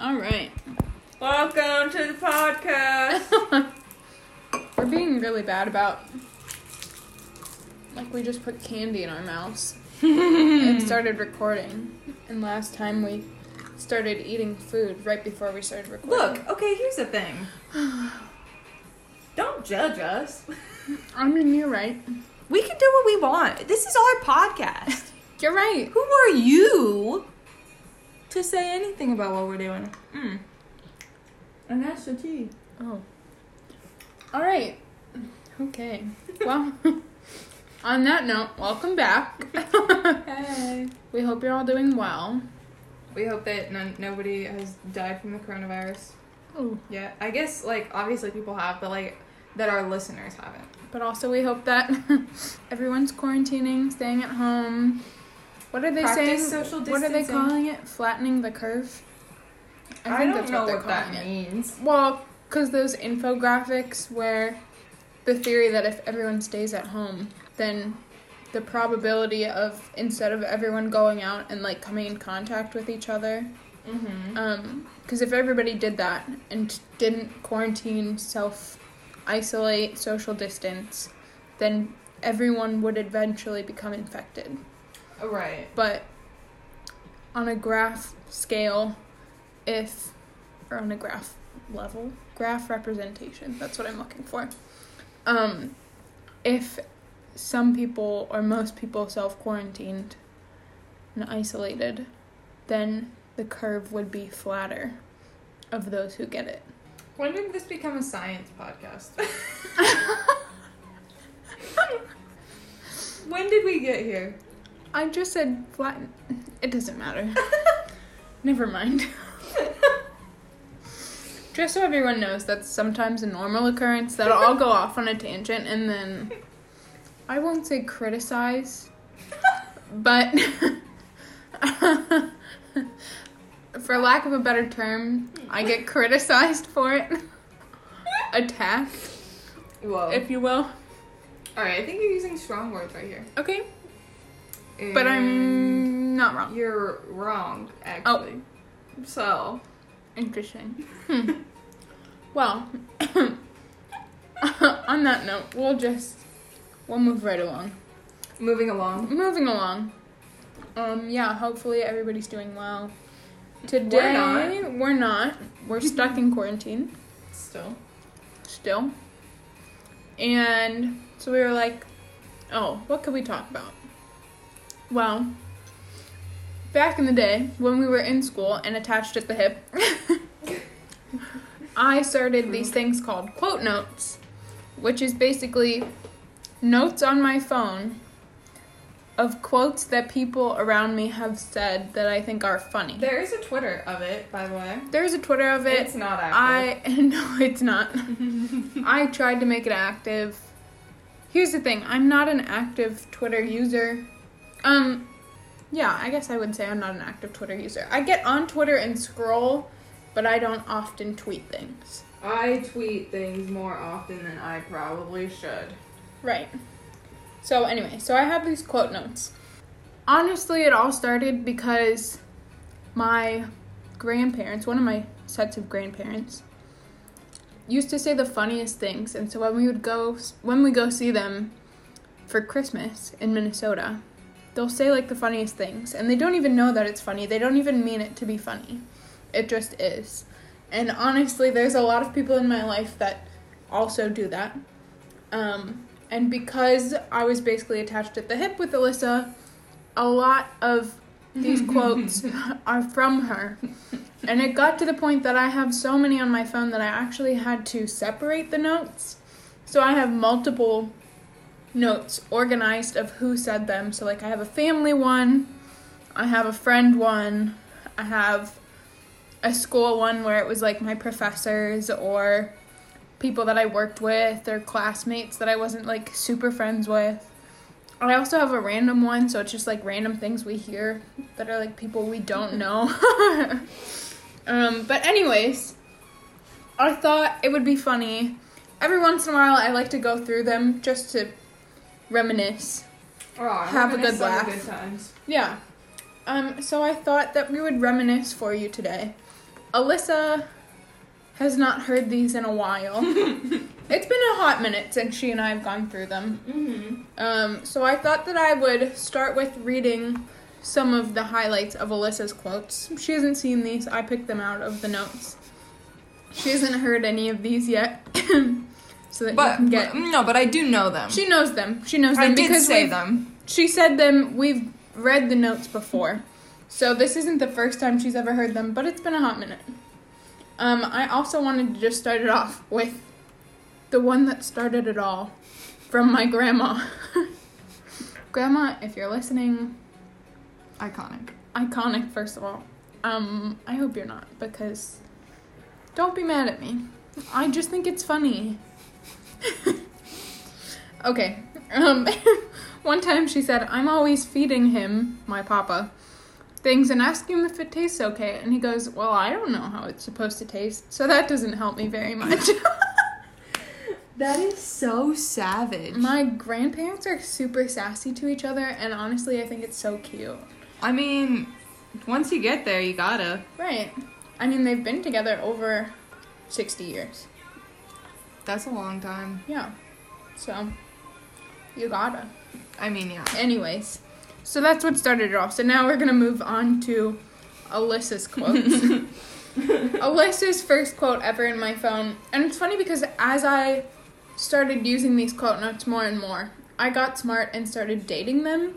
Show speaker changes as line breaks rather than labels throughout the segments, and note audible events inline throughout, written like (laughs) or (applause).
All right.
Welcome to the podcast.
(laughs) We're being really bad about like we just put candy in our mouths (laughs) and started recording. And last time we started eating food right before we started recording.
Look, okay, here's the thing. (sighs) Don't judge us.
I mean, you're right.
We can do what we want. This is our (laughs) podcast.
You're right.
Who are you to say anything about what we're doing? Mm. And that's the tea.
Oh. All right. Okay. Well, (laughs) on that note, welcome back.
Hey.
we hope you're all doing well.
(laughs) We hope that none, nobody has died from the coronavirus.
Ooh.
Yeah, I guess like obviously people have, but like that our listeners haven't.
But also, we hope that (laughs) everyone's quarantining, staying at home. What are they
Practice
saying?
social
What are they
distancing.
calling it? Flattening the curve.
I, don't know what, that means.
It. Well, because those infographics where the theory that if everyone stays at home, then the probability of instead of everyone going out and like coming in contact with each other,
Mm-hmm.
um, because if everybody did that and didn't quarantine, self isolate, social distance, then everyone would eventually become infected.
Right.
But on a graph scale, if, or on a graph level, graph representation, that's what I'm looking for. Um, if some people or most people self quarantined and isolated, then the curve would be flatter of those who get it.
When did this become a science
(laughs)
podcast? when did we get here?
I just said flatten. It doesn't matter. Never mind. just so everyone knows, that's sometimes a normal occurrence that I'll go off on a tangent and then I won't say criticize, but (laughs) for lack of a better term, I get criticized for it, attacked,
Whoa.
if you will.
All right, I think you're using strong words right here.
Okay, but I'm not
And
wrong. Oh,
You're wrong, actually. So.
Interesting. Hmm. well, (coughs) on that note, we'll just we'll move right along.
Moving along.
Moving along. Um. Yeah. Hopefully everybody's doing well. Today
not.
we're not. We're stuck in quarantine
Still.
still. And so we were like, oh, what could we talk about? Well, back in the day when we were in school and attached at the hip, (laughs) I started these things called quote notes, which is basically notes on my phone of quotes that people around me have said that I think are funny.
There is a Twitter of it, by the way.
There's a Twitter of it.
It's not active.
I (laughs) no, it's not. I tried to make it active. Here's the thing: I'm not an active Twitter user. Um, yeah, I guess I would say I'm not an active Twitter user. I get on Twitter and scroll, but I don't often tweet things.
I tweet things more often than I probably should.
Right. So anyway, so I have these quote notes. Honestly, it all started because my grandparents, one of my sets of grandparents, used to say the funniest things, and so when we would go when we go see them for Christmas in Minnesota, they'll say like the funniest things, and they don't even know that it's funny. They don't even mean it to be funny. It just is. And honestly, there's a lot of people in my life that also do that. Um, and because I was basically attached at the hip with Alyssa, a lot of these quotes are from her. And it got to the point that I have so many on my phone that I actually had to separate the notes. So I have multiple notes organized of who said them. So, like, I have a family one, I have a friend one, I have a school one where it was like my professors or people that I worked with or classmates that I wasn't like super friends with. I also have a random one, so it's just like random things we hear that are like people we don't know. (laughs) um, but anyways, I thought it would be funny. Every once in a while, I like to go through them just to reminisce
Oh, I
Have a
reminisce
good
on the
laugh.
Good times.
yeah. Um, so I thought that we would reminisce for you today Alyssa has not heard these in a
(laughs)
while. it's been a hot minute since she and I have gone through them.
Mm-hmm.
Um, so I thought that I would start with reading some of the highlights of Alyssa's quotes. She hasn't seen these, I picked them out of the notes. She hasn't heard any of these yet. (coughs) so that you
But,
can get
but- no, but I do know them.
She knows them. She knows them
I did
because
say
we've-
them.
she said them we've read the notes before. So this isn't the first time she's ever heard them, but it's been a hot minute. Um, I also wanted to just start it off with the one that started it all from my grandma. (laughs) grandma, if you're listening,
Iconic.
iconic first of all. Um, I hope you're not because don't be mad at me. I just think it's funny. (laughs) okay. Um, (laughs) one time she said, "I'm always feeding him, my papa, things and asking him if it tastes okay." And he goes, "Well, I don't know how it's supposed to taste, so that doesn't help me very much." (laughs)
That is so savage.
my grandparents are super sassy to each other, and honestly, I think it's so cute.
I mean, once you get there, you gotta.
Right. I mean, they've been together over 60 years.
That's a long time.
Yeah. So, you gotta.
I mean, yeah.
Anyways, so that's what started it off. So now we're gonna move on to Alyssa's quotes. Alyssa's first quote ever in my phone. And it's funny because as I started using these quote notes more and more, I got smart and started dating them.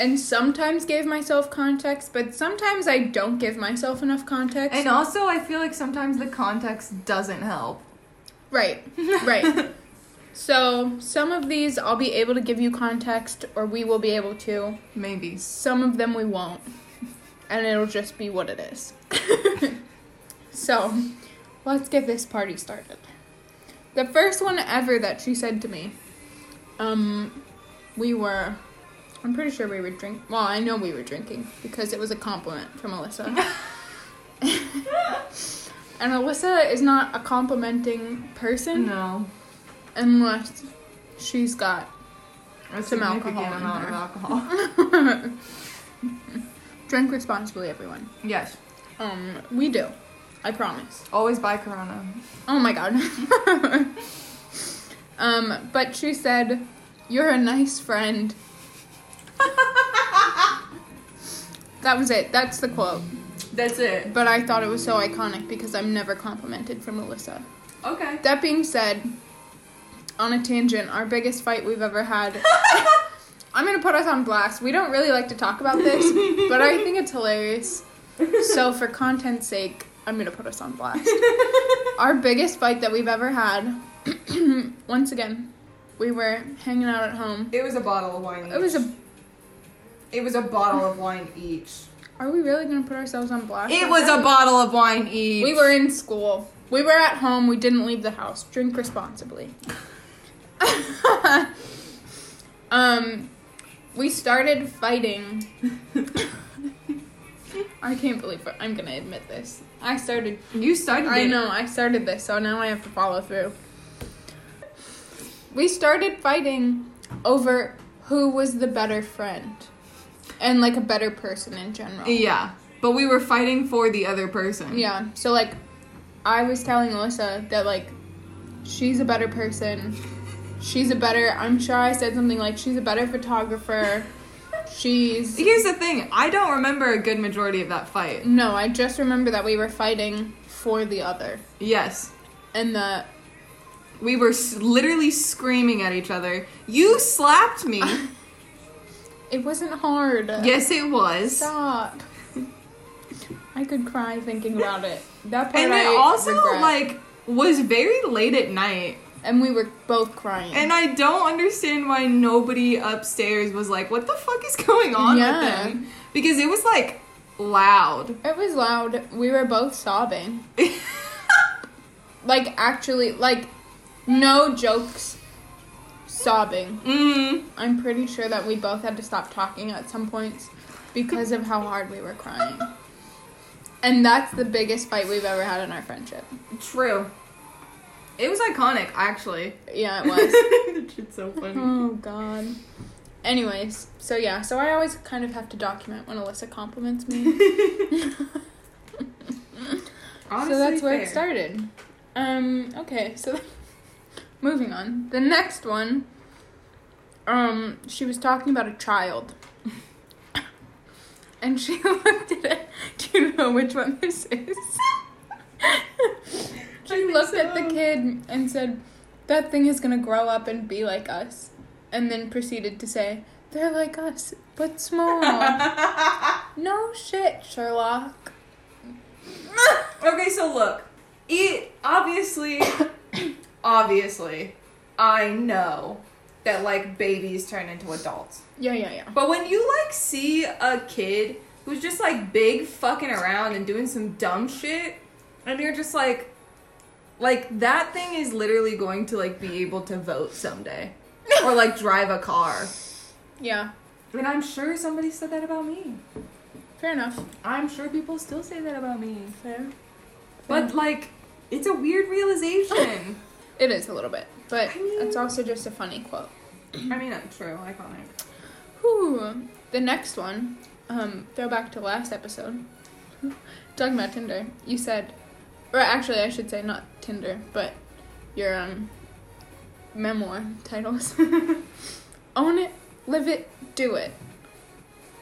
and sometimes gave myself context, but sometimes I don't give myself enough context.
And also, I feel like sometimes the context doesn't help.
Right, right. so some of these I'll be able to give you context, or we will be able to.
Maybe.
Some of them we won't, and it'll just be what it is. (laughs) so let's get this party started. The first one ever that she said to me, um, we were. I'm pretty sure we were drink. Well, I know we were drinking because it was a compliment from Alyssa. (laughs) and Alyssa is not a complimenting person
No.
unless she's got
A
Some alcohol
significant
in
amount of
there.
alcohol. (laughs)
drink responsibly everyone
yes.
um we do i promise
Always buy Corona.
oh my god (laughs) um but she said you're a nice friend (laughs) that was it that's the quote
That's it.
but i thought it was so iconic because i'm never complimented from alyssa
Okay.
that being said on a tangent our biggest fight we've ever
(laughs)
had i'm gonna put us on blast we don't really like to talk about this but i think it's hilarious so for content's sake, I'm gonna put us on blast.
(laughs)
Our biggest fight that we've ever had. (clears throat) once again, we were hanging out at home.
It was a bottle of wine. Each.
It was a.
It was a bottle of wine each.
Are we really gonna put ourselves on blast?
It
like
was
that?
a bottle of wine each.
We were in school. We were at home. We didn't leave the house. Drink responsibly. (laughs) um, we started fighting. I can't believe it. I'm gonna admit this. I started
You started
I
it.
know, I started this, so now I have to follow through. We started fighting over who was the better friend and like a better person in general.
Yeah. But we were fighting for the other person.
Yeah. So like I was telling Alyssa that like she's a better person. She's a better I'm sure I said something like she's a better photographer. She's
Here's the thing I don't remember a good majority of that fight.
No, I just remember that we were fighting for the other.
Yes.
And that
We were s- literally screaming at each other. You
(laughs)
slapped me.
it wasn't hard.
yes, it was.
Stop. I could cry thinking about it. That part
And
I
it also
regret.
like was very late at night.
and we were both crying.
And I don't understand why nobody upstairs was like, "What the fuck is going on
Yeah.
with them?" Because it was like loud. (laughs)
it was loud. We were both sobbing. Like actually, like no jokes. Sobbing.
mm.
I'm pretty sure that we both had to stop talking at some points because of how hard we were crying. And that's the biggest fight we've ever had in our friendship.
True. It was iconic, actually.
Yeah, it was.
(laughs) it's so funny.
(laughs) Oh god. Anyways, so yeah, so I always kind of have to document when Alyssa compliments me.
Honestly,
so that's where
fair.
it started. Um, okay, so (laughs) moving on. The next one, um, she was talking about a child. (laughs) and she (laughs) looked at it. Do you know which one this is? she
think
looked at the
so.
kid and said, That thing is gonna grow up and be like us. And then proceeded to say, They're like us, but small. no shit, Sherlock.
Okay, so look. It obviously (coughs) obviously I know that like babies turn into adults.
Yeah, yeah, yeah.
But when you like see a kid who's just like big fucking around and doing some dumb shit and you're just like like that thing is literally going to like be able to vote someday or like drive a car.
Yeah,
And I'm sure somebody said that about me.
fair enough.
I'm sure people still say that about me.
Fair.
But like it's a weird realization.
It is a little bit, but
I mean-
it's also just a funny quote.
I mean, that's true. Iconic.
Whew. The next one, um, throwback to last episode, talking about Tinder. You said, or actually, I should say not Tinder, but your um, memoir titles. (laughs) Own it, live it, do it.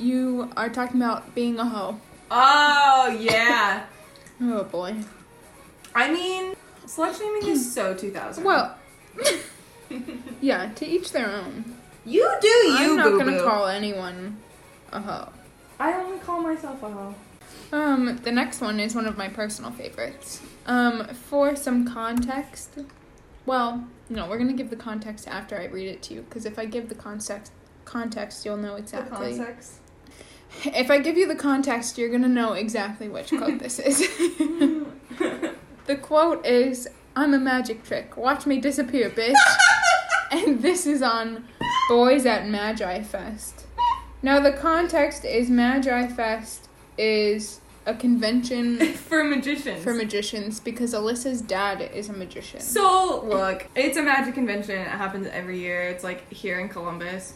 You are talking about being a hoe.
Oh yeah.
Oh boy.
I mean, slut shaming is so 2000.
Well, (laughs) yeah. To each their own.
you do you.
I'm not gonna
boo-boo.
call anyone a hoe.
I only call myself uh, a hoe.
Um, the next one is one of my personal favorites. Um, for some context, well, no, we're gonna give the context after I read it to you because if I give the context, context, you'll know exactly. If I give you the context, you're gonna know exactly which quote this
(laughs)
is. the quote is, "I'm a magic trick. Watch me disappear,
(laughs)
bitch." and this is on Boys at Magi Fest. Now the context is Magi Fest is a convention
(laughs) For magicians.
for magicians because Alyssa's dad is a magician.
so look, it's a magic convention. It happens every year. It's like here in Columbus,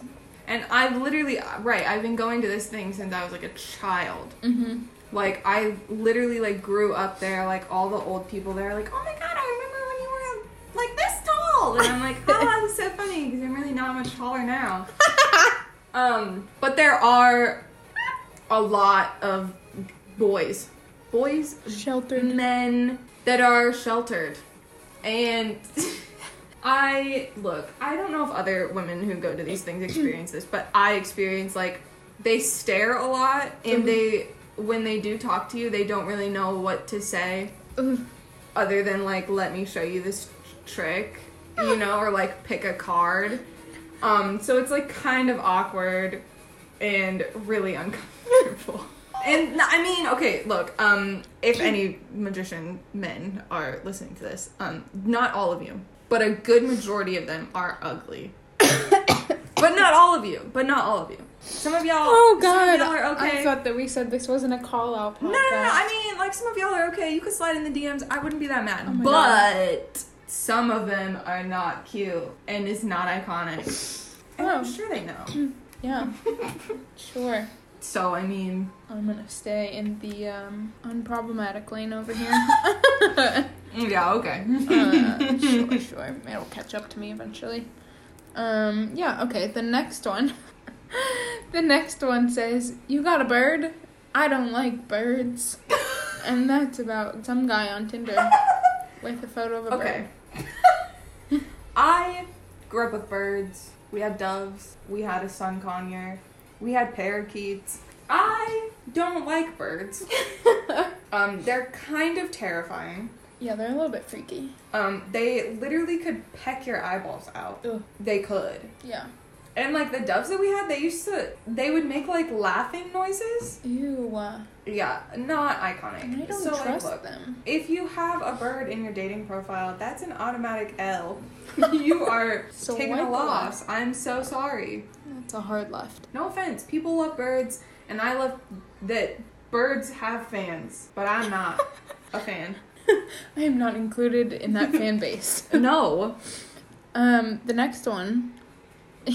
and I've literally uh, right. I've been going to this thing since I was like a child.
hmm
Like I literally like grew up there. Like all the old people there, are like oh my god, I remember when you were like this tall, and I'm like, oh, that was so funny because I'm really not much taller now. um, but there are a lot of boys, boys,
Sheltered.
men that are sheltered, and. (laughs) I look, I don't know if other women who go to these things experience this, but I experience like they stare a lot and they when they do talk to you, they don't really know what to say
Ugh.
other than like let me show you this trick, you know, or like pick a card. Um so it's like kind of awkward and really (laughs) uncomfortable. And no, I mean, okay, look, um, if any magician men are listening to this, um, not all of you, but a good majority of them are ugly. but not all of you. But not all of you. Some of y'all.
Oh
Some of
God!
y'all are okay.
I thought that we said this wasn't a call out podcast.
No, no, no. I mean, like, some of y'all are okay. You could slide in the DMs. I wouldn't be that mad.
Oh my
but some of them are not cute and it's not iconic. And
Oh.
I'm sure they know. (laughs)
yeah, sure.
So, I mean,
I'm gonna stay in the um, unproblematic lane over
(laughs)
here.
yeah, okay.
uh, sure, sure. It'll catch up to me eventually. Um, yeah, okay. The next one. (laughs) the next one says, You got a bird? I don't like birds. and that's about some guy on Tinder with a photo of a (laughs)
Okay. I grew up with birds. We had doves. We had a sun conure. We had parakeets. I don't like
(laughs)
birds.
bird.
Um, they're kind of terrifying.
yeah, they're a little bit freaky.
Um, they literally could peck your eyeballs out.
Ugh.
They could.
Yeah.
And like the doves that we had, they used to they would make like laughing noises.
Ew. uh,
Yeah, not iconic.
I don't
so
trust
like, look,
them.
if you have a bird in your dating profile, that's an automatic
(laughs)
L. you are
So
taking
wipe
a
the
loss. I'm so sorry.
That's a hard left.
No offense. People love birds, and I love that birds have fans, but I'm
(laughs)
not a fan.
I am not included in that
(laughs)
fan base.
No.
Um, the next one. (laughs)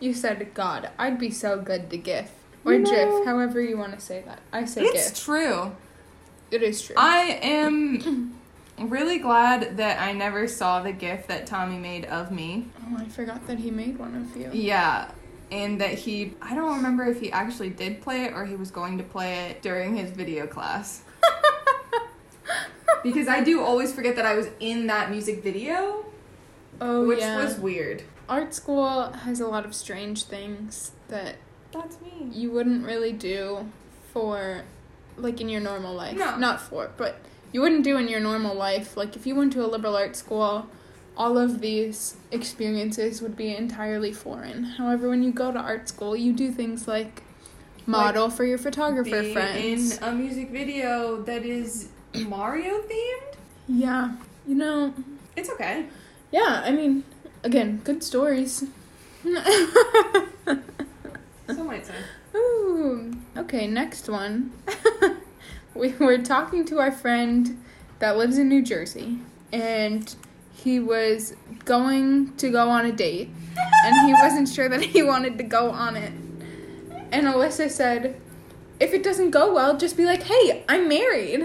you said God. I'd be so good to GIF. Or
You know-
GIF, however you want to say that. I say
It's
GIF.
true.
It is true.
I am really glad that I never saw the gift that Tommy made of me.
oh, I forgot that he made one of you.
Yeah. And that he, I don't remember if he actually did play it or he was going to play it during his
(laughs)
video class. because I do always forget that I was in that music video,
Oh,
which
yeah.
was weird.
Art school has a lot of strange things that
That's me.
you wouldn't really do for like in your normal life.
No.
Not for, but you wouldn't do in your normal life. Like if you went to a liberal arts school, all of these experiences would be entirely foreign. However, when you go to art school, you do things like model for your photographer
Being
friends.
in a music video that is Mario themed.
yeah. You know,
It's okay.
yeah, I mean, again, good stories.
So might say.
Ooh. Okay, next one. (laughs) we were talking to our friend that lives in New Jersey, and he was going to go on a date, and he wasn't sure that he wanted to go on it. And Alyssa said, if it doesn't go well, just be like, hey, I'm married.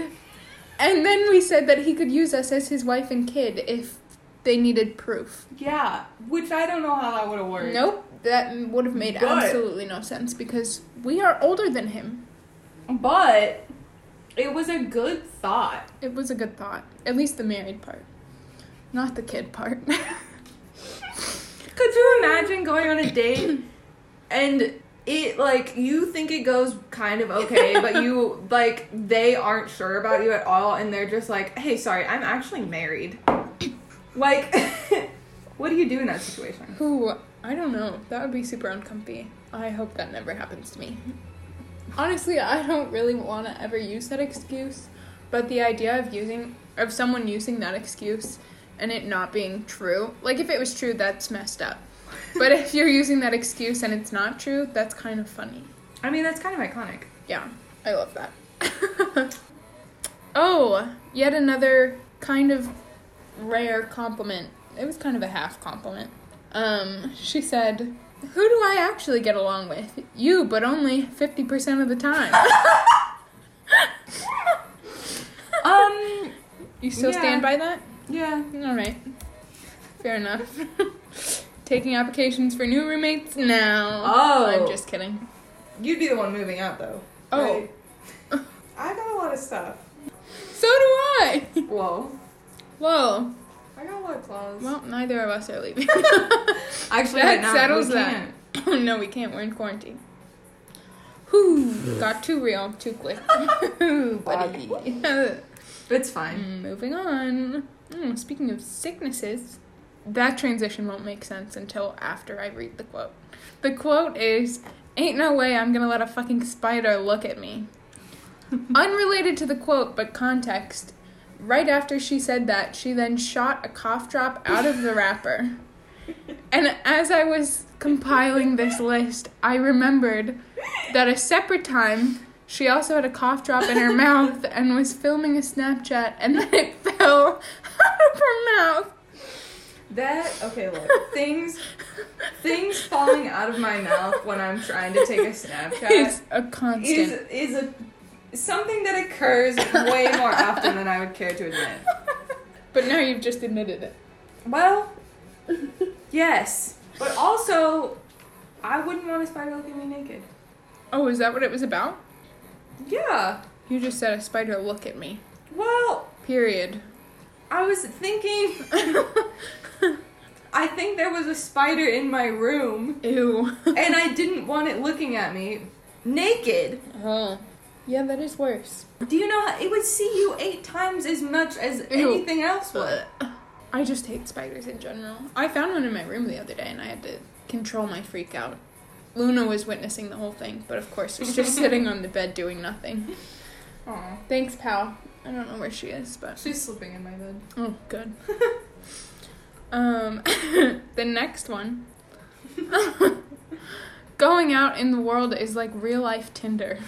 And then we said that he could use us as his wife and kid if they needed proof.
Yeah, which I don't know how that would have worked.
Nope, that would have made
But-
absolutely no sense because we are older than him.
But it was a good thought.
It was a good thought. At least the married part. Not the kid part. (laughs)
Could you imagine going on a date and it like you think it goes kind of okay, but you like they aren't sure about you at all and they're just like, "Hey, sorry, I'm actually married." Like (laughs) what do you do in that situation?
Who? I don't know. That would be super uncomfy. I hope that never happens to me. Honestly, I don't really want to ever use that excuse, but the idea of using of someone using that excuse and it not being true, like if it was true, that's messed up. But if you're using that excuse and it's not true, that's kind of funny.
I mean, that's kind of iconic.
Yeah, I love that. (laughs) oh, yet another kind of rare compliment. It was kind of a half compliment. Um, she said, "Who do I actually get along with? You, but only 50% of the
(laughs)
time."
Um
You still
Yeah.
stand by that?
yeah.
All right. Fair
(laughs)
enough. Taking applications for new roommates now.
Oh.
I'm just kidding.
You'd be the one moving out though.
Oh.
I got a lot of stuff.
So do I. (laughs)
Whoa.
Whoa.
I got a lot of clothes.
Well, neither of us are leaving.
Actually,
That
right now,
settles
we
that. (coughs)
can't.
no, we can't. We're in quarantine. Whew, got too real too quick. Ooh, buddy. (laughs)
It's fine.
Moving on. Mm, speaking of sicknesses, that transition won't make sense until after I read the quote. The quote is Ain't no way I'm gonna let a fucking spider look at me. Unrelated to the quote, but context. Right after she said that, she then shot a cough drop out of the wrapper. And as I was compiling this list, I remembered that a separate time she also had a cough drop in her mouth and was filming a Snapchat and then it (laughs) fell out of her mouth.
That okay, look. things things falling out of my mouth when I'm trying to take a
(laughs)
Snapchat
It's a constant.
is is a something that occurs way more often than I would care to admit.
But now you've just admitted it.
Well, yes, but also I wouldn't want a spider looking at me naked.
Oh, is that what it was about?
Yeah.
You just said a spider look at me.
Well,
Period.
I was thinking. I think there was a spider in my room,
Ew.
and I didn't want it looking at me naked.
oh. Yeah, that is worse.
Do you know how it would see you eight times as much as anything else would?
I just hate spiders in general. I found one in my room the other day and I had to control my freak out. Luna was witnessing the whole thing, but of course was
(laughs)
just sitting on the bed doing nothing. Uh.
Aw.
Thanks, pal. I don't know where she is, but
She's sleeping in my bed.
oh, good. um, (laughs) the next one. (laughs) Going out in the world is like real life Tinder.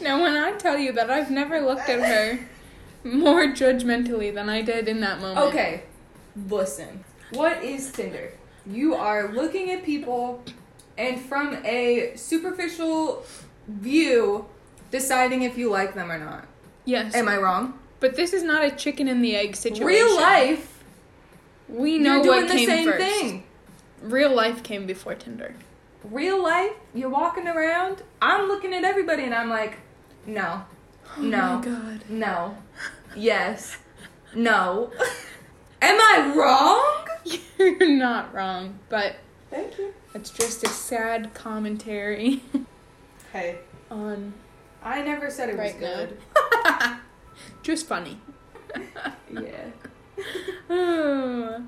Now, when I tell you that I've never looked at
(laughs)
her more judgmentally than I did in that moment.
Okay, listen. What is Tinder? You are looking at people and from a superficial view deciding if you like them or not.
Yes.
Am I wrong?
But this is not a chicken and the egg situation.
Real life.
We know
you're doing
what
the
came
same
first.
thing.
Real life came before Tinder.
Real life. You're walking around. I'm looking at everybody, and I'm like, no,
Oh
(gasps) no,
my god. (laughs)
no, yes, no. Am I wrong?
You're not wrong, but
Thank you.
it's just a sad commentary (laughs)
Hey,
on
I never said it
Right now.
was
just funny. (sighs)
good. yeah.
oh,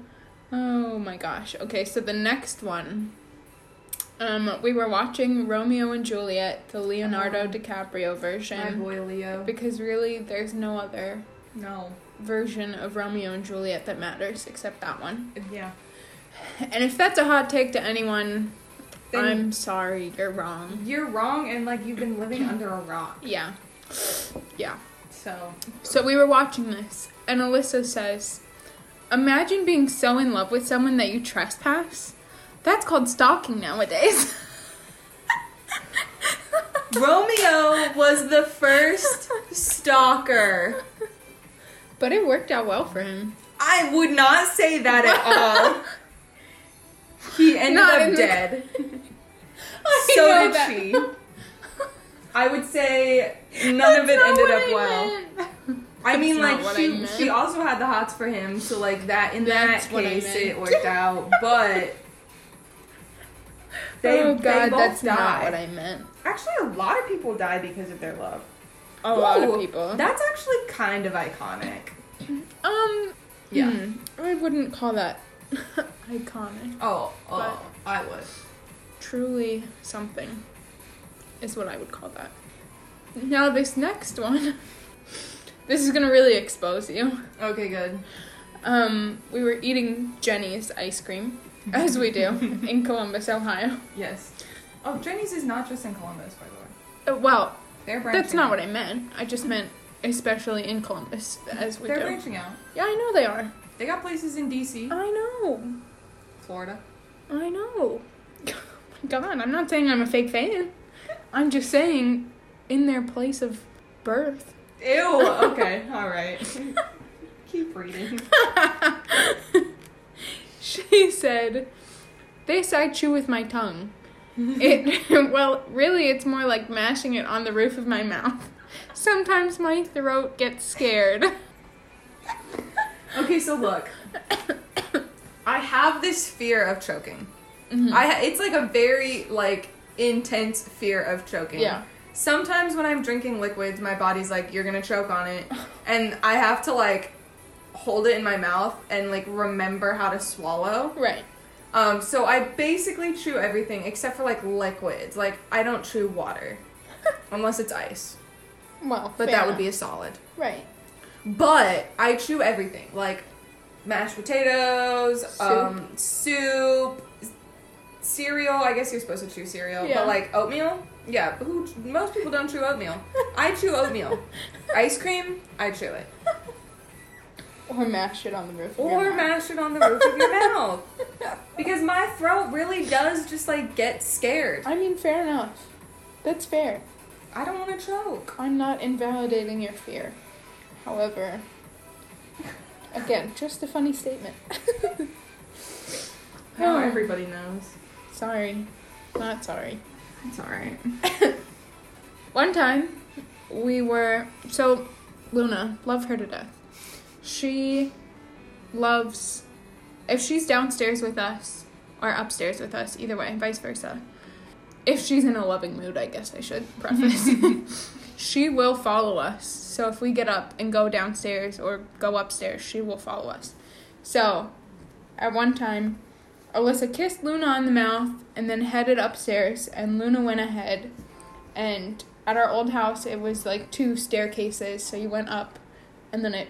oh my gosh. Okay, so the next one. Um, we were watching Romeo and Juliet, the Leonardo
Oh.
DiCaprio
My
version,
boy Leo.
because really there's no other
No.
version of Romeo and Juliet that matters except that one.
Yeah.
And if that's a hot take to anyone,
Then-
I'm sorry, you're wrong.
You're wrong, and like you've been (laughs) living under a rock.
Yeah. Yeah.
So
So we were watching this, and Alyssa says, Imagine being so in love with someone that you trespass. That's called stalking nowadays. (laughs)
Romeo was the first stalker.
But it worked out well for him.
I would not say that at all. He ended
Not in
up
the-
dead.
(laughs) I
so
know
did
that. (laughs)
she. I would say none of it ended up well. I mean,
That's
like
not what I
she,
meant.
she also had the hots for him, so like that in
That's
that
what I
case
meant.
it worked out, but
(laughs)
they,
oh
they
god,
both
that's not
died.
what I meant.
Actually, a lot of people die because of their love.
A lot
Ooh,
of people.
That's actually kind
(laughs)
of iconic.
um,
Yeah.
hmm, I wouldn't call that (laughs) iconic.
Oh,
But-
oh, I would.
Truly something is what I would call that. Now, this next one, (laughs) this is gonna really expose you.
Okay, good.
Um, we were eating Jenny's ice cream, as we (laughs) do, in Columbus, Ohio.
Yes. Oh, Jenny's is not just in Columbus, by the way.
Uh, Well,
They're branching.
that's not what I meant. I just meant especially in Columbus, as we
They're
do.
branching out.
Yeah, I know they are.
They got places in D.C.,
I know.
Florida.
I (laughs) know. God, I'm not saying I'm a fake fan. I'm just saying, in their place of birth.
Ew. Okay. All right. (laughs) Keep reading.
She said, This I chew with my (laughs) tongue. It, (laughs) well, really, it's more like mashing it on the roof of my mouth. (laughs) Sometimes my throat gets scared.
Okay, so look. I have this fear of choking.
Mm-hmm.
I ha- it's like a very like intense fear of
(laughs)
choking.
Yeah.
Sometimes when I'm drinking liquids, my body's like, "You're gonna choke
(sighs)
on it," and I have to like hold it in my mouth and like remember how to swallow.
Right.
Um, so I basically chew everything except for like liquids. Like I don't
(laughs)
chew water unless it's ice,
Well,
but
fair
that would
enough.
be a solid.
Right.
But I chew everything, like mashed potatoes,
Soup.
um, soup, s- cereal. I guess you're supposed to chew cereal,
Yeah.
but like oatmeal. Yeah, but who? Most people don't chew oatmeal. I chew (laughs) oatmeal. Ice cream, I chew it,
Or mash it on the roof. of your
or
mouth.
mash it on the roof of your mouth, because my throat really does just like get scared.
I mean, fair enough. That's fair.
I don't want to choke.
I'm not invalidating your fear. However, again, just a funny statement.
Now
Oh.
everybody knows.
Sorry. Not sorry.
It's all right.
One time, we were. So, Luna, love her to death. She loves. If she's downstairs with us, or upstairs with us, either way, vice versa. If she's in a loving mood, I guess I should preface. she will follow us. So, if we get up and go downstairs or go upstairs, she will follow us. So, at one time, Alyssa kissed Luna on the mouth and then headed upstairs, and Luna went ahead and at our old house it was like two staircases so you went up and then it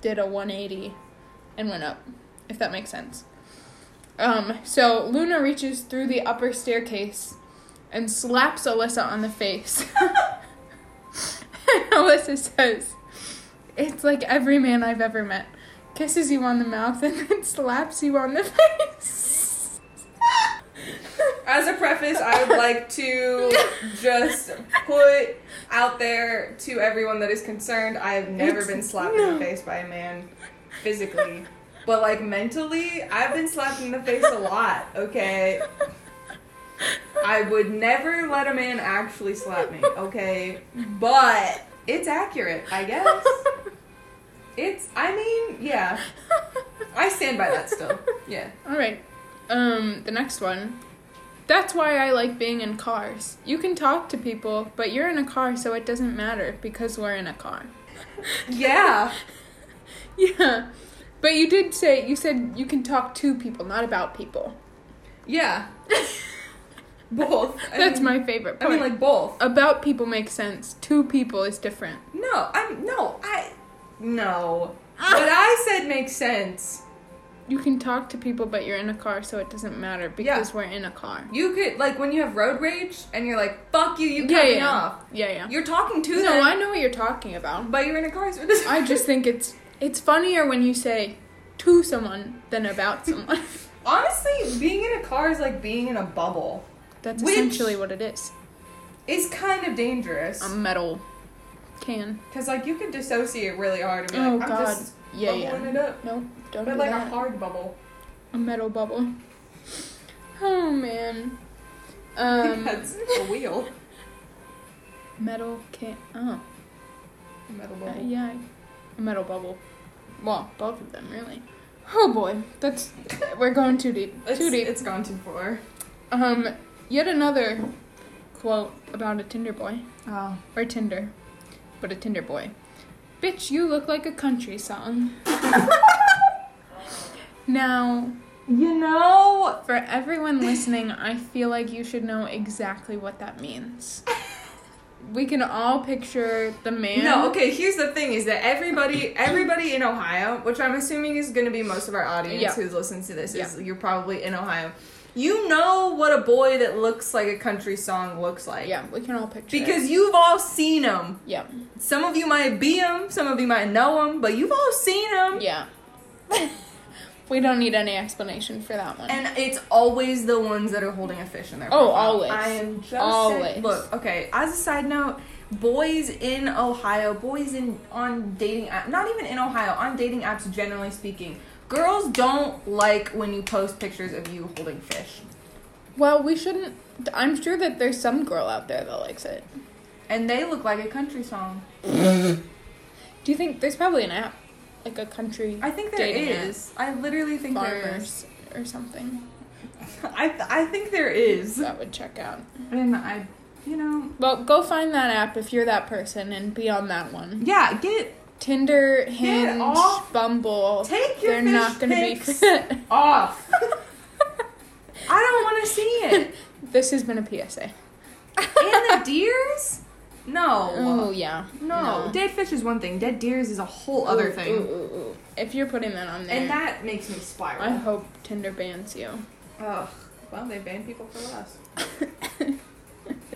did a 180 and went up if that makes sense um so luna reaches through the upper staircase and slaps alyssa on the face (laughs) and alyssa says it's like every man i've ever met kisses you on the mouth and then slaps you on the (laughs) face
As a preface, I would like to just put out there to everyone that is concerned, I have never
It's-
been slapped in
no.
the face by a man physically. but like mentally, I've been slapped in the face a lot,
(laughs)
okay? I would never let a man actually slap me, okay? But it's accurate,
(laughs)
I guess. It's I mean, yeah. I stand by that still. Yeah.
All right. Um, the next one. That's why I like being in cars. You can talk to people, but you're in a car, so it doesn't matter because we're in a
(laughs)
car.
Yeah.
Yeah. But you did say you said you can talk to people, not about people.
Yeah. Both. I
That's
mean-
my favorite
I
part.
mean like both.
about people makes sense. To people is different.
No, I'm no, I no. What
(laughs)
I said makes sense.
You can talk to people, but you're in a car, so it doesn't matter because we're in a car.
You could like when you have road rage and you're like, "Fuck you, you cut
yeah,
me
yeah.
off."
Yeah, yeah.
You're talking to
no,
them,
I know what you're talking about.
but you're in a car. (laughs) So it doesn't-
I just think it's it's funnier when you say to someone than about someone. (laughs)
honestly being in a car is like being in a bubble.
That's
Which-
essentially what it is.
It's kind of dangerous
A metal can.
because like you could dissociate really hard and be like,
Oh
"I'm
God.
just
Yeah,
bubbling
yeah.
it up,"
No, don't do
but like
that.
a hard bubble.
a metal bubble. Oh man.
(laughs)
Um,
That's a wheel.
metal can. Oh,
A metal
uh,
bubble.
yeah, a metal bubble. Well, both of them really. Oh boy, that's we're going too deep.
It's,
too deep.
it's gone too far.
Um, yet another quote about a Tinder boy
Oh.
or Tinder, but a Tinder boy. Bitch, you look like a country
(laughs)
song. now,
You know,
for everyone listening, I feel like you should know exactly what that means. We can all picture the man.
No, okay, here's the thing is that everybody everybody in Ohio, which I'm assuming is gonna be most of our audience
Yeah.
who listens to this, is you're probably in Ohio. You know what a boy that looks like a country song looks like.
Yeah, we can all picture. it.
Because you've all seen them.
Yeah,
Some of you might be them, some of you might know them, but you've all seen them.
yeah. we don't need any explanation for that one.
And it's always the ones that are holding a fish in their
Oh,
profile.
always.
I am just
Always.
saying- look. Okay, as a side note, boys in Ohio, boys in on dating app, not even in Ohio, on dating apps generally speaking, girls don't like when you post pictures of you holding fish,
well, we shouldn't. I'm sure that there's some girl out there that likes it.
and they look like a country song.
Do you think there's probably an app, like a country
I think there is.
Dating
I literally think there is. (laughs)
farmers or something
I th- I think there is.
that would check out?
And I, you know,
Well, go find that app if you're that person and be on that one.
yeah. Get
Tinder, Hinge,
off.
Bumble.
take your
They're
fish
not gonna be
pics
fit.
off. (laughs) I don't want to see it.
(laughs) this has been a PSA.
and the deers? No.
Oh yeah.
no. Dead fish is one thing. Dead deers is a whole other
Ooh,
thing.
ooh, ooh, oow. If you're putting that on there,
And that makes me
I
spiral.
hope Tinder bans you.
Ugh. Well, they ban people for less.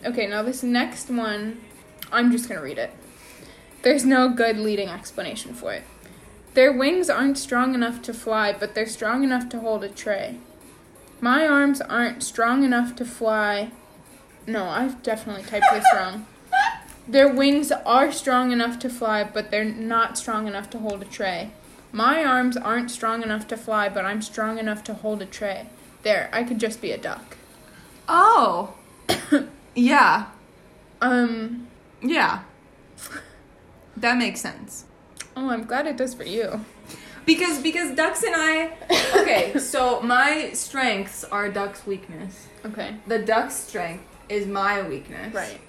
Okay, now this next one, I'm just gonna read it. There's no good leading explanation for it. Their wings aren't strong enough to fly, but they're strong enough to hold a tray. My arms aren't strong enough to fly. No, I've definitely typed this wrong. Their wings are strong enough to fly, but they're not strong enough to hold a tray. My arms aren't strong enough to fly, but I'm strong enough to hold a tray. There, I could just be a duck.
Oh. yeah.
Um,
Yeah. That makes sense.
oh, I'm glad it does for you.
Because because ducks and I Okay, so my strengths are duck's weakness.
Okay.
The duck's strength is my weakness.
Right.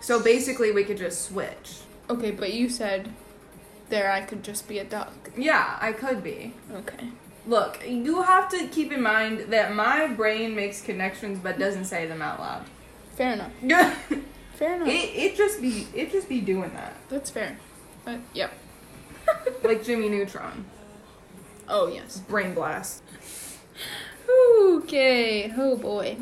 So basically we could just switch.
Okay, but you said there I could just be a duck.
Yeah, I could be.
Okay.
Look, you have to keep in mind that my brain makes connections but doesn't say them out (laughs) loud.
Fair enough.
it
Fair enough.
it just be it just be doing that.
That's fair. Uh, yep.
Like Jimmy Neutron.
Oh, yes.
Brain blast.
Okay. Oh, boy.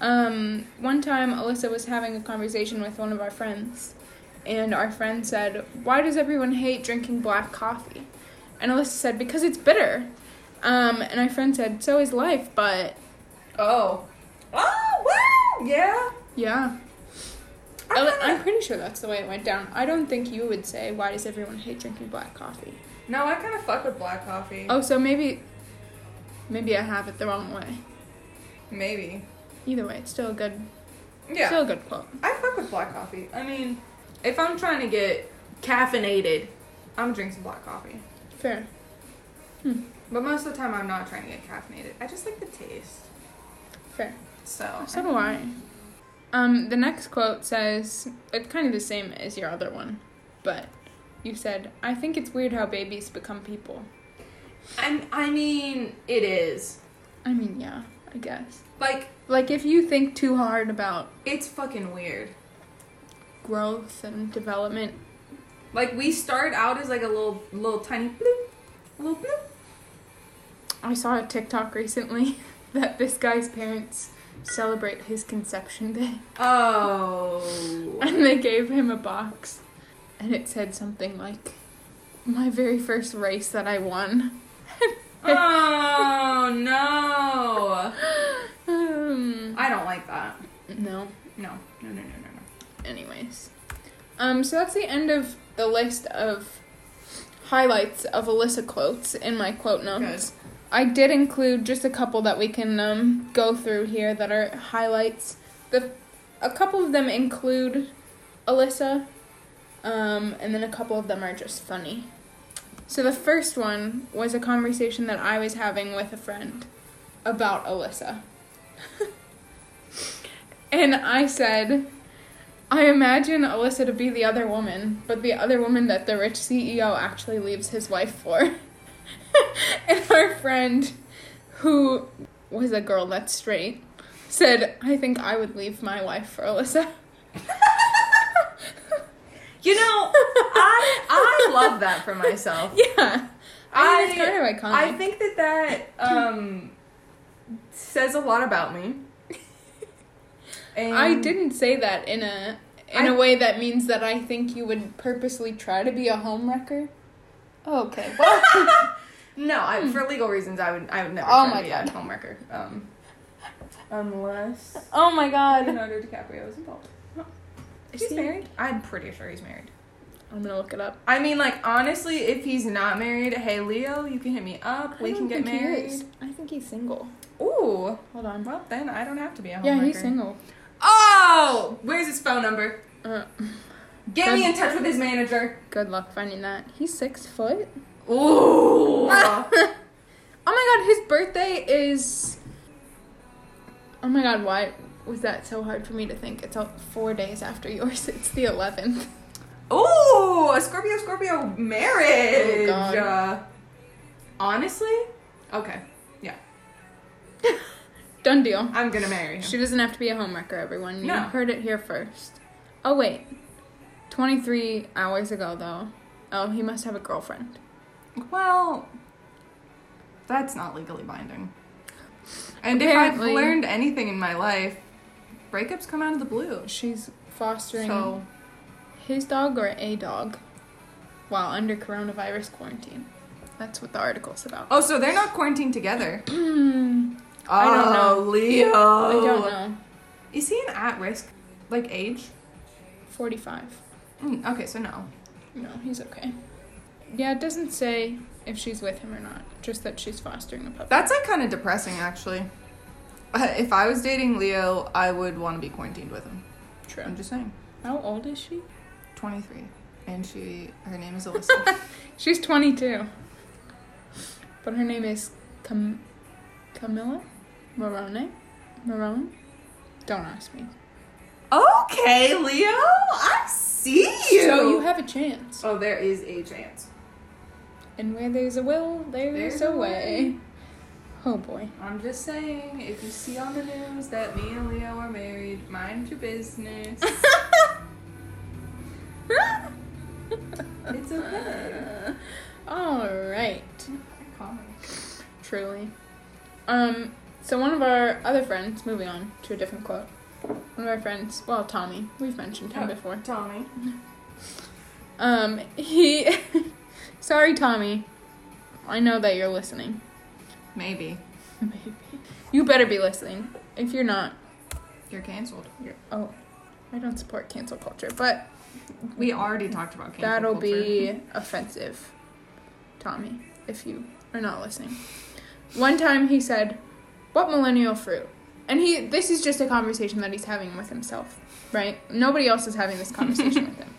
Um, one time Alyssa was having a conversation with one of our friends, and our friend said, Why does everyone hate drinking black coffee? And Alyssa said, Because it's bitter. Um, and our friend said, So is life, but
Oh. Oh wow! Yeah.
yeah. Oh, I- I'm pretty sure that's the way it went down. I don't think you would say, why does everyone hate drinking black coffee?
No, I kind of fuck with black coffee.
Oh, so maybe, maybe I have it the wrong way.
Maybe.
Either way, it's still a good,
Yeah.
still a good quote.
I fuck with black coffee. I mean, if I'm trying to get caffeinated, I'm drinking some black coffee.
Fair.
But most of the time, I'm not trying to get caffeinated. I just like the taste.
Fair.
So,
So do I. Um, the next quote says it's kind of the same as your other one, but you said, "I think it's weird how babies become people."
I, I mean, it is.
I mean, yeah, I guess.
Like,
Like if you think too hard about
it's fucking weird.
growth and development,
Like, we start out as like a little, little tiny bloop, little bloop.
I saw a TikTok recently (laughs) that this guy's parents celebrate his conception day, (laughs)
Oh.
and they gave him a box, and it said something like, "My very first race that I won."
oh, no.
Um,
I don't like that.
no.
No, no, no, no, no, no.
anyways um so that's the end of the list of highlights of alyssa quotes in my quote notes i did include just a couple that we can um go through here that are highlights the a couple of them include alyssa um and then a couple of them are just funny so the first one was a conversation that i was having with a friend about alyssa (laughs) and i said I imagine Alyssa to be the other woman, but the other woman that the rich CEO actually leaves his wife for. (laughs) and our friend, who was a girl that's straight, said, I think I would leave my wife for Alyssa. (laughs)
You know, I, I love that for myself.
Yeah. I, mean, it's
I-
kind of iconic.
I think that that um, says a lot about me. And
I didn't say that in a in a
I-
way that means that I think you would purposely try to be a homewrecker. Okay.
Well, no, I, for legal reasons, I would I would never.
Hmm. Oh
try
my
to be
God.
a homewrecker. Um, unless
(laughs) Oh my god.
Leonardo DiCaprio is involved.
Is
He's
he-
married. I'm pretty sure he's married.
I'm gonna look it up.
I mean, like honestly, if he's not married, hey Leo, you can hit me up.
I
We can
don't
get
think he
married.
is. I think he's single.
Ooh,
Hold on.
well then I don't have to be a homewrecker.
Yeah, he's single.
Oh, where's his phone number?
Uh,
Get me in touch with his manager.
(laughs) good luck finding that. He's six foot.
Ooh.
Oh my god, his birthday is. Oh my god, why was that so hard for me to think? It's all four days after yours. (laughs) It's the 11th.
Ooh, a Scorpio Scorpio marriage.
Oh, God.
Uh, honestly? Okay. Yeah.
Done deal.
I'm gonna marry him.
She doesn't have to be a homewrecker, everyone. You
No.
heard it here first. Oh, wait. 23 hours ago, though. Oh, he must have a girlfriend.
Well, that's not legally binding. And if
Apparently.
I've learned anything in my life, breakups come out of the blue.
She's fostering
So
his dog or a dog while under coronavirus quarantine. That's what the article's about.
Oh, so they're not quarantined together.
Hmm. I don't know.
Oh, Leo.
I don't know.
Is he an at risk like age?
45.
Mm, okay, so no.
No, he's okay. Yeah, it doesn't say if she's with him or not, just that she's fostering a puppy.
That's like kind of depressing, actually. Uh, If I was dating Leo, I would want to be quarantined with him. I'm
true.
just saying.
How old is she?
23, and she her name
(laughs)
is Alyssa.
She's 22. But her name is Cam- Camilla Marone? Marone? Don't ask me.
okay, Leo, I see you.
So you have a chance.
oh, there is a chance.
And where there's a will, there's,
There's
a
a
way. Oh boy.
I'm just saying, if you see on the news that me and Leo are married, mind
(laughs)
your business. it's okay.
All right.
Calm.
Truly. Um, so one of our other friends, moving on to a different quote. One of our friends, well, Tommy, we've mentioned him
Oh.
before.
Tommy.
Um, he, (laughs) sorry, Tommy. I know that you're listening. (laughs)
Maybe.
Maybe. You better be listening. If you're not,
You're canceled.
you're, oh, I don't support cancel culture, but
We already talked about cancel
that'll
culture.
be offensive, Tommy, if you are not listening. One time he said, What millennial fruit? And he this is just a conversation that he's having with himself, right? Nobody else is having this
(laughs)
conversation with him.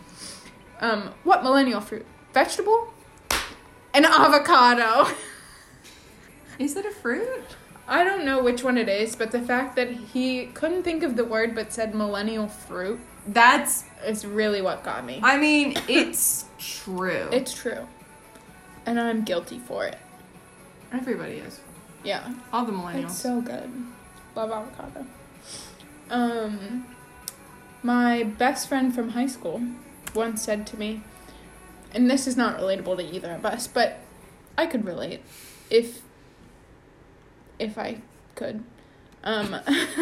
Um, what millennial fruit? Vegetable? An avocado. (laughs)
Is it a fruit?
I don't know which one it is, but the fact that he couldn't think of the word but said millennial fruit
That's.
is really what got me.
I mean, it's true.
It's true. And I'm guilty for it.
Everybody is.
Yeah.
All the millennials.
It's so good. Love avocado. Um my best friend from high school once said to me, and this is not relatable to either of us, but I could relate if if I could. Um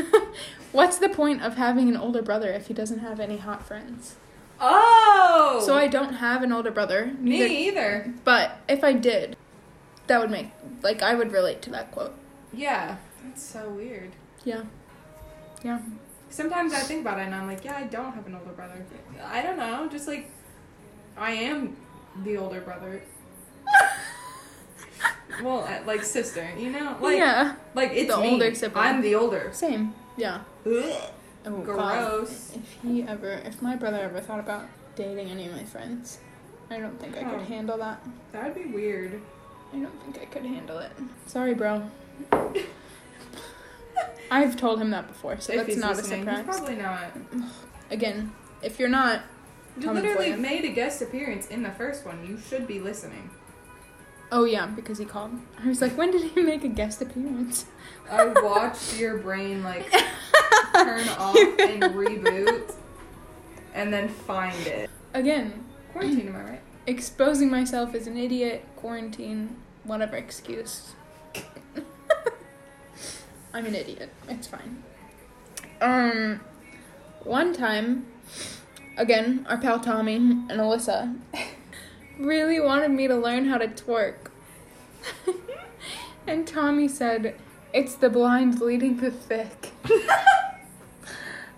(laughs) what's the point of having an older brother if he doesn't have any hot friends?
oh.
So I don't have an older brother.
Me
neither-
either.
But if I did, that would make like I would relate to that quote.
Yeah. That's so weird.
Yeah. Yeah.
Sometimes I think about it and I'm like, yeah, I don't have an older brother. I don't know. Just like, I am the older brother. Well, I- like sister, you know, like
yeah.
like it's
The
me.
older sibling.
I'm the older.
Same. Yeah.
Ugh,
Oh, God.
Gross.
If he ever, if my brother ever thought about dating any of my friends, I don't think I could
Oh.
handle that.
That'd be weird.
I don't think I could handle it. Sorry, bro.
(laughs)
I've told him that before, so
If
that's
he's
not
listening,
a
he's
surprise.
Probably not.
Again, if you're not,
You
Coming for
literally
you.
made a guest appearance in the first one. You should
(laughs)
be listening.
oh yeah, because he called. I was like, when did he (laughs) make a guest appearance?
I watched your brain like
(laughs)
turn off and reboot, and then find it.
Again,
Quarantine, am I right?
exposing myself as an idiot, quarantine, whatever excuse. (laughs) I'm an idiot. It's fine. Um, one time, again, our pal Tommy and Alyssa (laughs) really wanted me to learn how to twerk. (laughs) and Tommy said, It's the blind leading the thick. (laughs)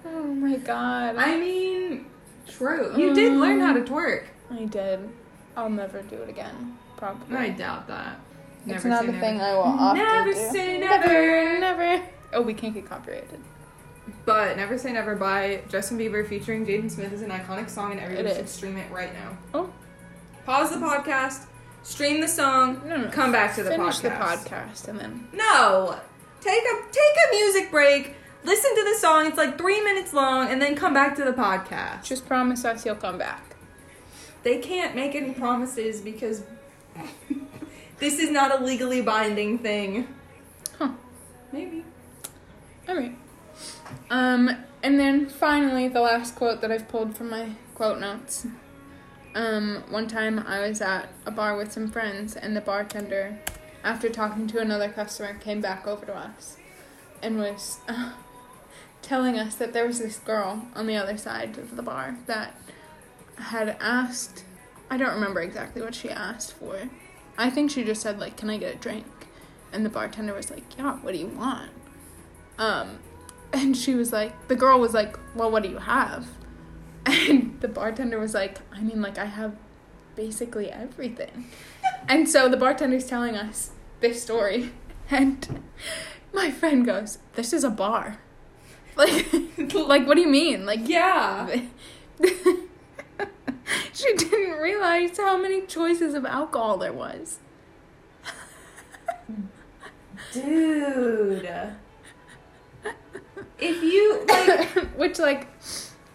oh my god.
I mean, true. You did learn how
Mm.
to twerk.
I did. I'll never do it again. Probably.
I doubt that.
it's not a
say never.
thing I will often
Never
do.
say never.
Never. Oh, we can't get copyrighted.
But Never Say Never by Justin Bieber featuring Jaden Smith is an iconic song, and everybody
It
should
is.
stream it right now.
Oh.
Pause the podcast, stream the song,
No, no.
come back to the
Finish
podcast.
the podcast and then.
No, take a take a music break. Listen to the song. It's like three minutes long, and then come back to the podcast.
Just promise us you'll come back.
They can't make any promises because (laughs) this is not a legally binding thing.
Huh.
Maybe.
Alright. Um, and then finally, the last quote that I've pulled from my quote notes. Um, one time I was at a bar with some friends, and the bartender, after talking to another customer, came back over to us and was uh, (laughs) telling us that there was this girl on the other side of the bar that had asked, I don't remember exactly what she asked for. I think she just said, like, can I get a drink? And the bartender was like, yeah, what do you want? Um, (laughs) and she was like, the girl was like, well, what do you have? (laughs) And the bartender was like, I mean, like, I have basically everything. and so the bartender's telling us this story. (laughs) And my friend goes, this is a bar. (laughs) Like, like what do you mean? Like,
Yeah.
(laughs) she didn't realize how many choices of alcohol there was.
Dude. If you like
Which, like,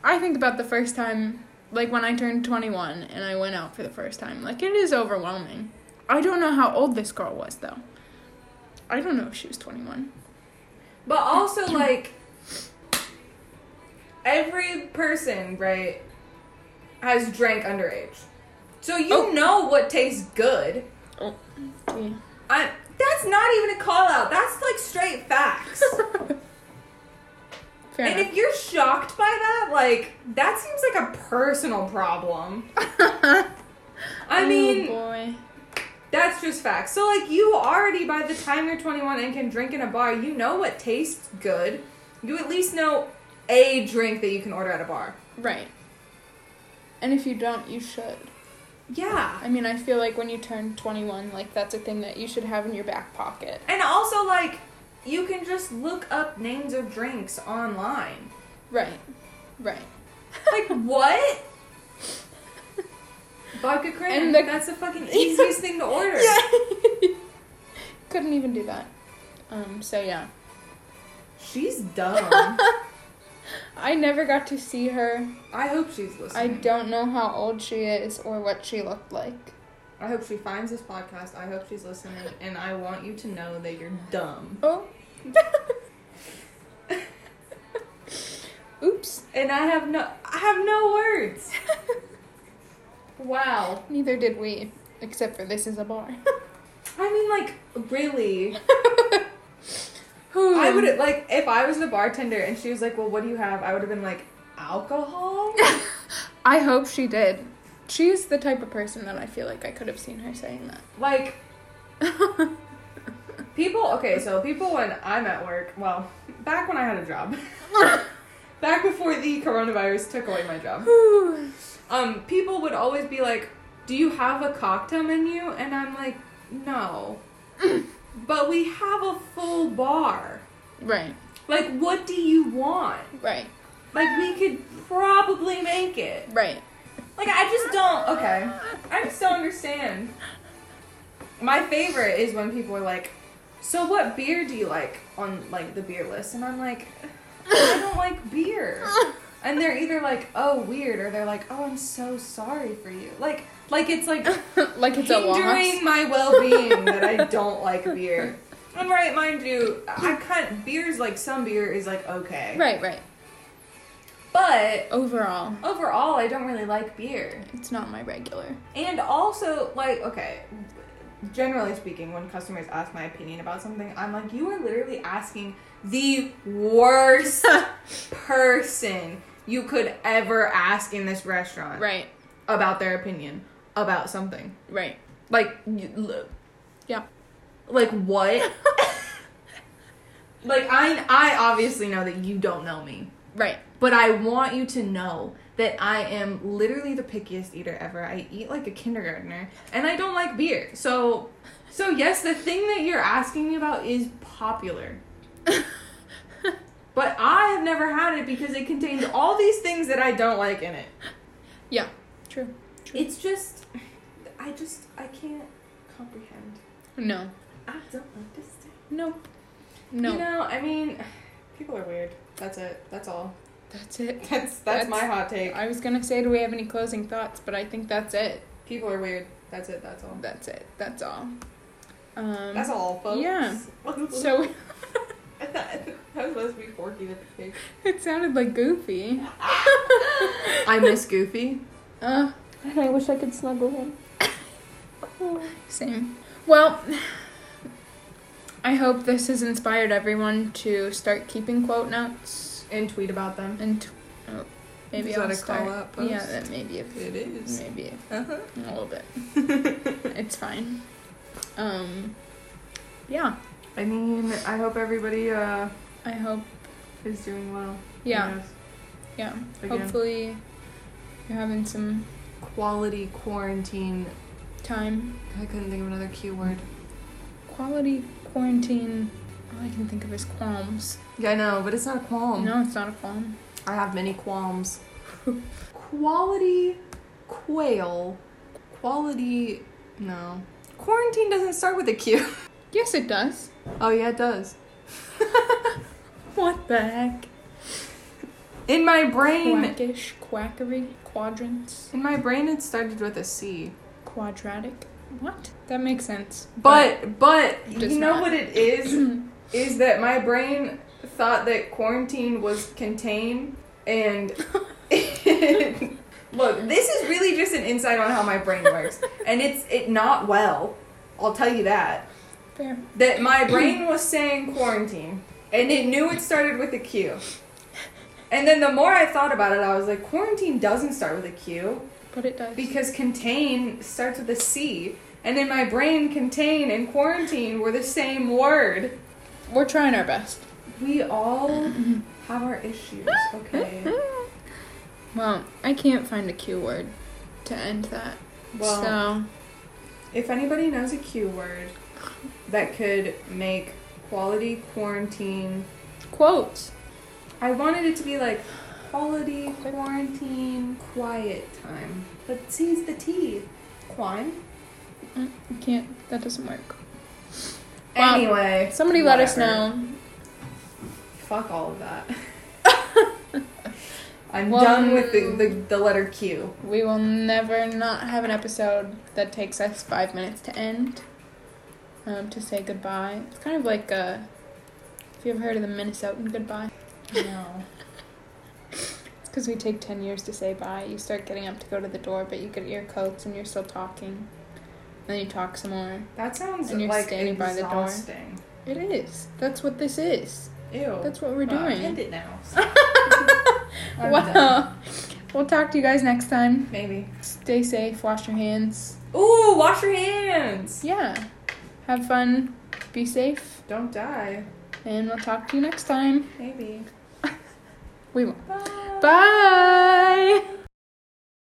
I think about the first time, like, when I turned 21 and I went out for the first time. Like, it is overwhelming. I don't know how old this girl was, though. I don't know if she was 21.
but also like every person, right, has drank underage. So you
Oh.
know what tastes good.
Oh, gee.
I that's not even a call out. That's like
(laughs)
straight facts.
(laughs) Fair
and
enough.
if you're shocked by that, like that seems like a personal
(laughs)
problem. I mean,
oh, boy.
That's just facts. So, like, you already, by the time you're 21 and can drink in a bar, you know what tastes good. You at least know a drink that you can order at a bar.
Right. And if you don't, you should.
Yeah.
I mean, I feel like when you turn 21, like that's a thing that you should have in your back pocket.
And also, like, you can just look up names of drinks
(laughs)
online.
Right. Right.
Like, what? Vodka cream.
And the-
that's
(laughs)
the fucking easiest thing to order.
Couldn't even do that. Um, so yeah.
She's dumb.
I never got to see her.
I hope she's
I
listening.
don't know how old she is or what she looked like.
I hope she finds this podcast. I hope she's listening, and I want you to know that you're dumb.
Oh. (laughs) Oops.
And I have no, I have no words. wow.
Neither did we, except for this is a bar.
I mean, like, really? (sighs)
Hmm.
I would have like if I was the bartender and she was like, "Well, what do you have?" I would have been like, "Alcohol."
(sighs) I hope she did. She's the type of person that I feel like I could have seen her saying
(sighs)
that.
like, people. Okay, so people when I'm at work. Well, back when I had a job. (laughs) back before the coronavirus took away my job. um, people would always be like, "Do you have a cocktail menu?" And I'm like, "No." but we have a full bar.
right,
Like, what do you want?
right,
Like, we could probably make it.
right. (laughs)
Like, I just don't. Okay, I just don't understand. My favorite is when people are like, "So, what beer do you like on like the beer list?" And I'm like, "I don't like beer." And they're either like, "Oh, weird," or they're like, "Oh, I'm so sorry for you." Like, like it's like
like it's a
hindering
loss.
my well-being that I don't like beer. And right, mind you, I kind beer's like some beer is like okay,
Right, right.
but
Overall,
overall, I don't really like beer.
it's not my (laughs) regular.
And also, like, okay, generally speaking, when customers ask my opinion about something, I'm like, you are literally asking the worst
(laughs)
person you could ever ask in this restaurant
Right,
about their opinion about something.
right.
Like, you- l-
Yeah.
like what? like, I I obviously know that you don't know me.
Right.
But I want you to know that I am literally the pickiest eater ever. I eat like a kindergartner and I don't like beer. So so yes, the thing that you're asking me about is
(laughs)
popular. but I have never had it because it contains all these things that I don't like in it.
Yeah. True.
It's just I just I can't comprehend.
No.
I don't understand.
Nope. No.
You know, I mean, people are weird. That's it. That's all. (laughs)
that's it.
That's that's, my
That's-
hot take.
I was gonna say, do we have any closing thoughts? But I think that's it.
People are weird. That's it. That's all.
That's it. That's all. Um,
That's all, folks.
Yeah.
so (laughs)
So (laughs)
that was supposed to be Forky the
(laughs)
pig.
it sounded like Goofy.
I miss Goofy.
Uh,
And I wish I could snuggle him. Oh.
Same. Well, (sighs) I hope this has inspired everyone to start keeping quote notes
And tweet about them.
and t- oh, maybe
Is
I'll
that a
start.
call-out post?
Yeah, that maybe if
It is.
maybe (laughs)
Uh-huh.
a little bit. it's fine. Um, yeah.
I mean, I hope everybody uh,
I hope.
is doing well.
Yeah,
Yes.
yeah.
Again.
Hopefully, you're having some
Quality quarantine.
time.
I couldn't think of another keyword.
Quality quarantine. All I can think of is qualms.
Yeah, I know, but it's not a qualm.
No, it's not a qualm.
I have many qualms. (laughs) Quality quail. Quality. No. Quarantine doesn't start with a Q. (laughs)
Yes, it does.
Oh, yeah, it does. (laughs)
What the heck?
In my brain.
Quackish, quackery, quadrants,
In my brain, it started with a C.
quadratic. What? That makes sense.
But, but,
Does
you know
not.
what it
(clears throat)
is? is that my brain thought that quarantine was contain and. (laughs) Look, this is really just an insight on how my
(laughs)
brain works. and it's it not well. I'll tell you that.
fair. (clears throat)
that my brain was saying quarantine and it knew it started with a q and then the more i thought about it i was like quarantine doesn't start with a q
But it does.
because contain starts with a c and in my brain contain and quarantine were the same word
We're trying our best.
we all have our issues, okay?
(laughs) Well, I can't find a Q word to end that.
Well,
so
if anybody knows a Q word that could make quality quarantine,
quotes.
I wanted it to be like quality quarantine quiet time, but C's the T. Quine.
You can't. That doesn't work. Wow.
Anyway,
Somebody let us
whatever.
know.
Fuck all
(laughs)
of that. I'm
Well-
done with the, the, the letter Q.
We will never not have an episode that takes us five minutes to end. Um, to say goodbye. It's kind of like uh, if you ever heard of the Minnesotan goodbye,
No.
because we take ten years to say bye. You start getting up to go to the door, but you get your coats and you're still talking. Then you talk some more.
That sounds
And you're
like
standing by the door.
exhausting.
It is. That's what this is.
Ew.
That's what we're
Wow. (laughs)
doing. (laughs)
it now. I'm done.
Wow. We'll talk to you guys next time.
Maybe.
Stay safe. Wash your hands.
Ooh, wash your hands.
Yeah. Have fun. Be safe.
Don't die.
And we'll talk to you next time.
Maybe.
We will.
Bye.
Bye.